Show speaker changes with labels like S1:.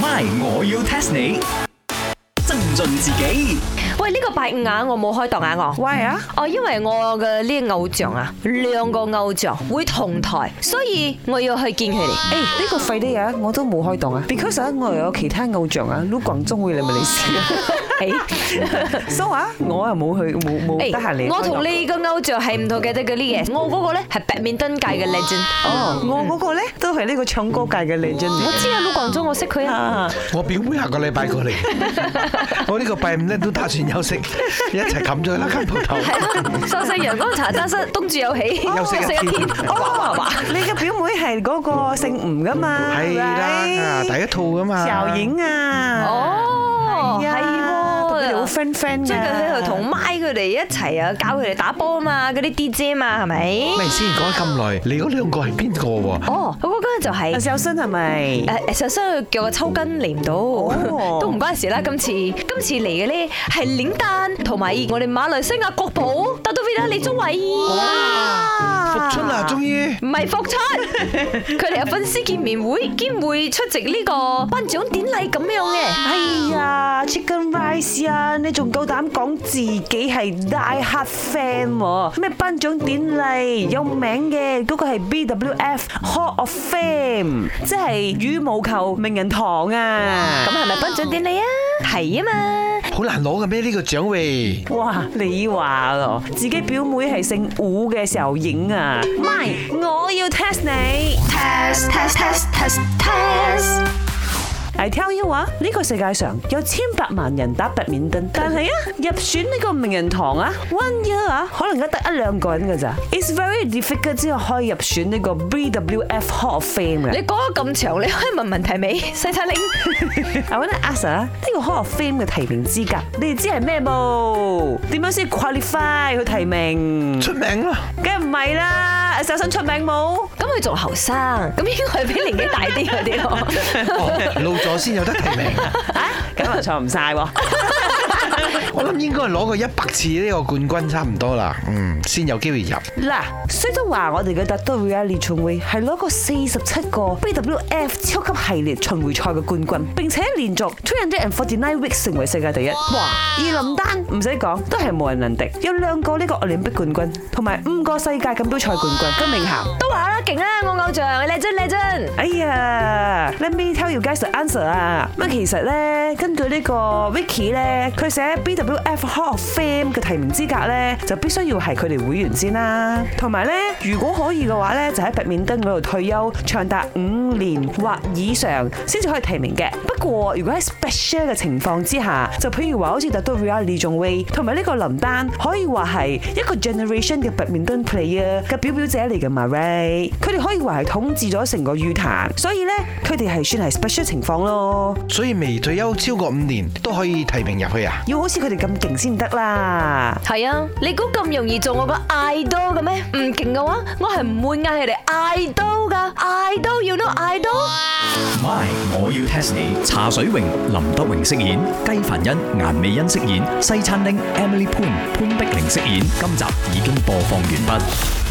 S1: My，我要 test 你。增進自己，
S2: 喂，呢、個拜五眼我冇開檔眼我。
S3: Why 啊？
S2: 哦，因為我嘅呢個偶像啊，兩個偶像會同台，所以我要去見佢 哋。
S3: 誒呢個廢啲啊，我都冇開檔啊，because 啊我又有其他偶像啊，Lu 廣中會你咪嚟試啊，誒，so 啊我又冇去冇冇
S2: 誒
S3: 哎得閒嚟開檔。
S2: 我同你個偶像係唔同嘅得嗰啲嘢，我嗰個咧係白面登界嘅 legend。
S3: 哦，我嗰個咧都係呢個唱歌界嘅 legend
S2: 我
S3: 嚟
S2: 知啊，老廣州我識佢啊。
S3: 啊。
S4: 我表妹下個禮拜過嚟，我呢個拜五咧都打算休息，一齊冚咗佢啦間鋪頭。
S2: 係咯，壽星陽光茶餐室東住有喜，
S4: 休息一天
S2: 哇
S3: 哦，你嘅表妹係嗰個姓吳噶嘛？
S4: 係啦，啊
S3: 咪
S4: 第一套噶嘛。
S3: 邵影啊，
S2: 哦，係
S3: 呀同佢哋好
S2: 喎。
S3: friend friend
S2: 即係佢喺度同咪佢哋一齊啊，教佢哋打波啊嘛，嗰啲 DJ 嘛，係咪？
S4: 咪先講咁耐，你嗰兩個係邊個喎？
S2: 哦，嗰個嗰個就係、
S3: 阿邵生係咪？
S2: 誒誒，首先佢叫我抽筋嚟唔到
S3: 哦，
S2: 都唔關事啦。今次今次嚟嘅咧係領丹同埋我哋馬來西亞國寶得到 v i n 李宗偉，
S4: 復
S2: 復
S4: 春啊，終於
S2: 唔係復出，佢哋有粉絲見面會，兼會出席呢個頒獎典禮咁樣嘅。
S3: 哎呀，Chicken Rice 啊，你仲夠膽講自己係 Die Hard fan 喎？咩頒獎典禮有名嘅嗰個係 BWF Hall of Fame，即係羽毛球名人堂啊！
S2: 咁係咪頒獎典禮啊？係啊嘛，
S4: 好難攞嘅咩呢個獎位？
S3: 哇，你話咯，自己表妹係姓伍嘅時候影啊，咪我要 test 你。
S5: test test test test test
S3: I tell you 啊，呢個世界上有千百萬人打白面燈，但係啊入選呢個名人堂啊，one year 啊，可能而家得一兩個人㗎咋。It's very difficult 之後可以入選呢個 BWF Hall of Fame
S2: 你
S3: 嘅。
S2: 講咗咁長，你可以問問題未？西餐拎，
S3: I wanna ask 啊，呢個 Hall of Fame 嘅提名資格，你哋知係咩冇？點樣先 qualify 去提名？
S4: 出名啦！
S3: 梗係唔係啦，首先出名冇？
S2: 咁佢仲後生，咁應該係比年紀大啲嗰啲咯。
S4: 哦，老咗先有得提名。
S3: 啊，咁啊錯唔 晒喎。
S4: 我諗應該係攞過一百次呢個冠軍差唔多啦，嗯，先有機會入。
S3: 嗱，雖則話我哋嘅特多 reality 巡迴係攞過四十七個 BWF 超級系列巡迴賽嘅冠軍，並且連續 two hundred and forty nine weeks 成為世界第一。哇！而林丹唔使講，都係無人能敵，有兩個呢個奧林匹克冠軍，同埋五個世界錦標賽冠軍。金明涵。
S2: 都話啦，勁啦，我偶像，叻真叻真。
S3: 哎呀，Let me tell you guys the answer 啊！咁其實咧，根據呢個 Wiki 咧，佢寫 BWF Hall of Fame 嘅提名資格咧，就必須要係佢哋會員先啦。同埋咧，如果可以嘅話咧，就喺白面燈嗰度退休，長達五年或以上先至可以提名嘅。不過如果喺 special 嘅情況之下，就譬如話好似 Dato' Ria 李仲威同埋呢個林丹，可以話係一個 generation 嘅 badminton player 嘅表表者嚟嘅 Marie，佢哋可以話係統治咗成個羽壇，所以咧佢哋係算係 special 情況咯，
S4: 所以未退休超過五年都可以提名入去啊！
S3: 要好似佢哋咁勁先得啦。
S2: 係啊，你估咁容易做我個 idol 嘅咩？唔勁嘅話，我係唔會嗌佢哋 idol 噶，idol 要 know idol。
S1: My，我要 test 你。茶水榮、林德榮飾演，雞凡欣、顏美欣飾演，西餐廳 Emily Poon 潘碧玲飾演。今集已經播放完畢。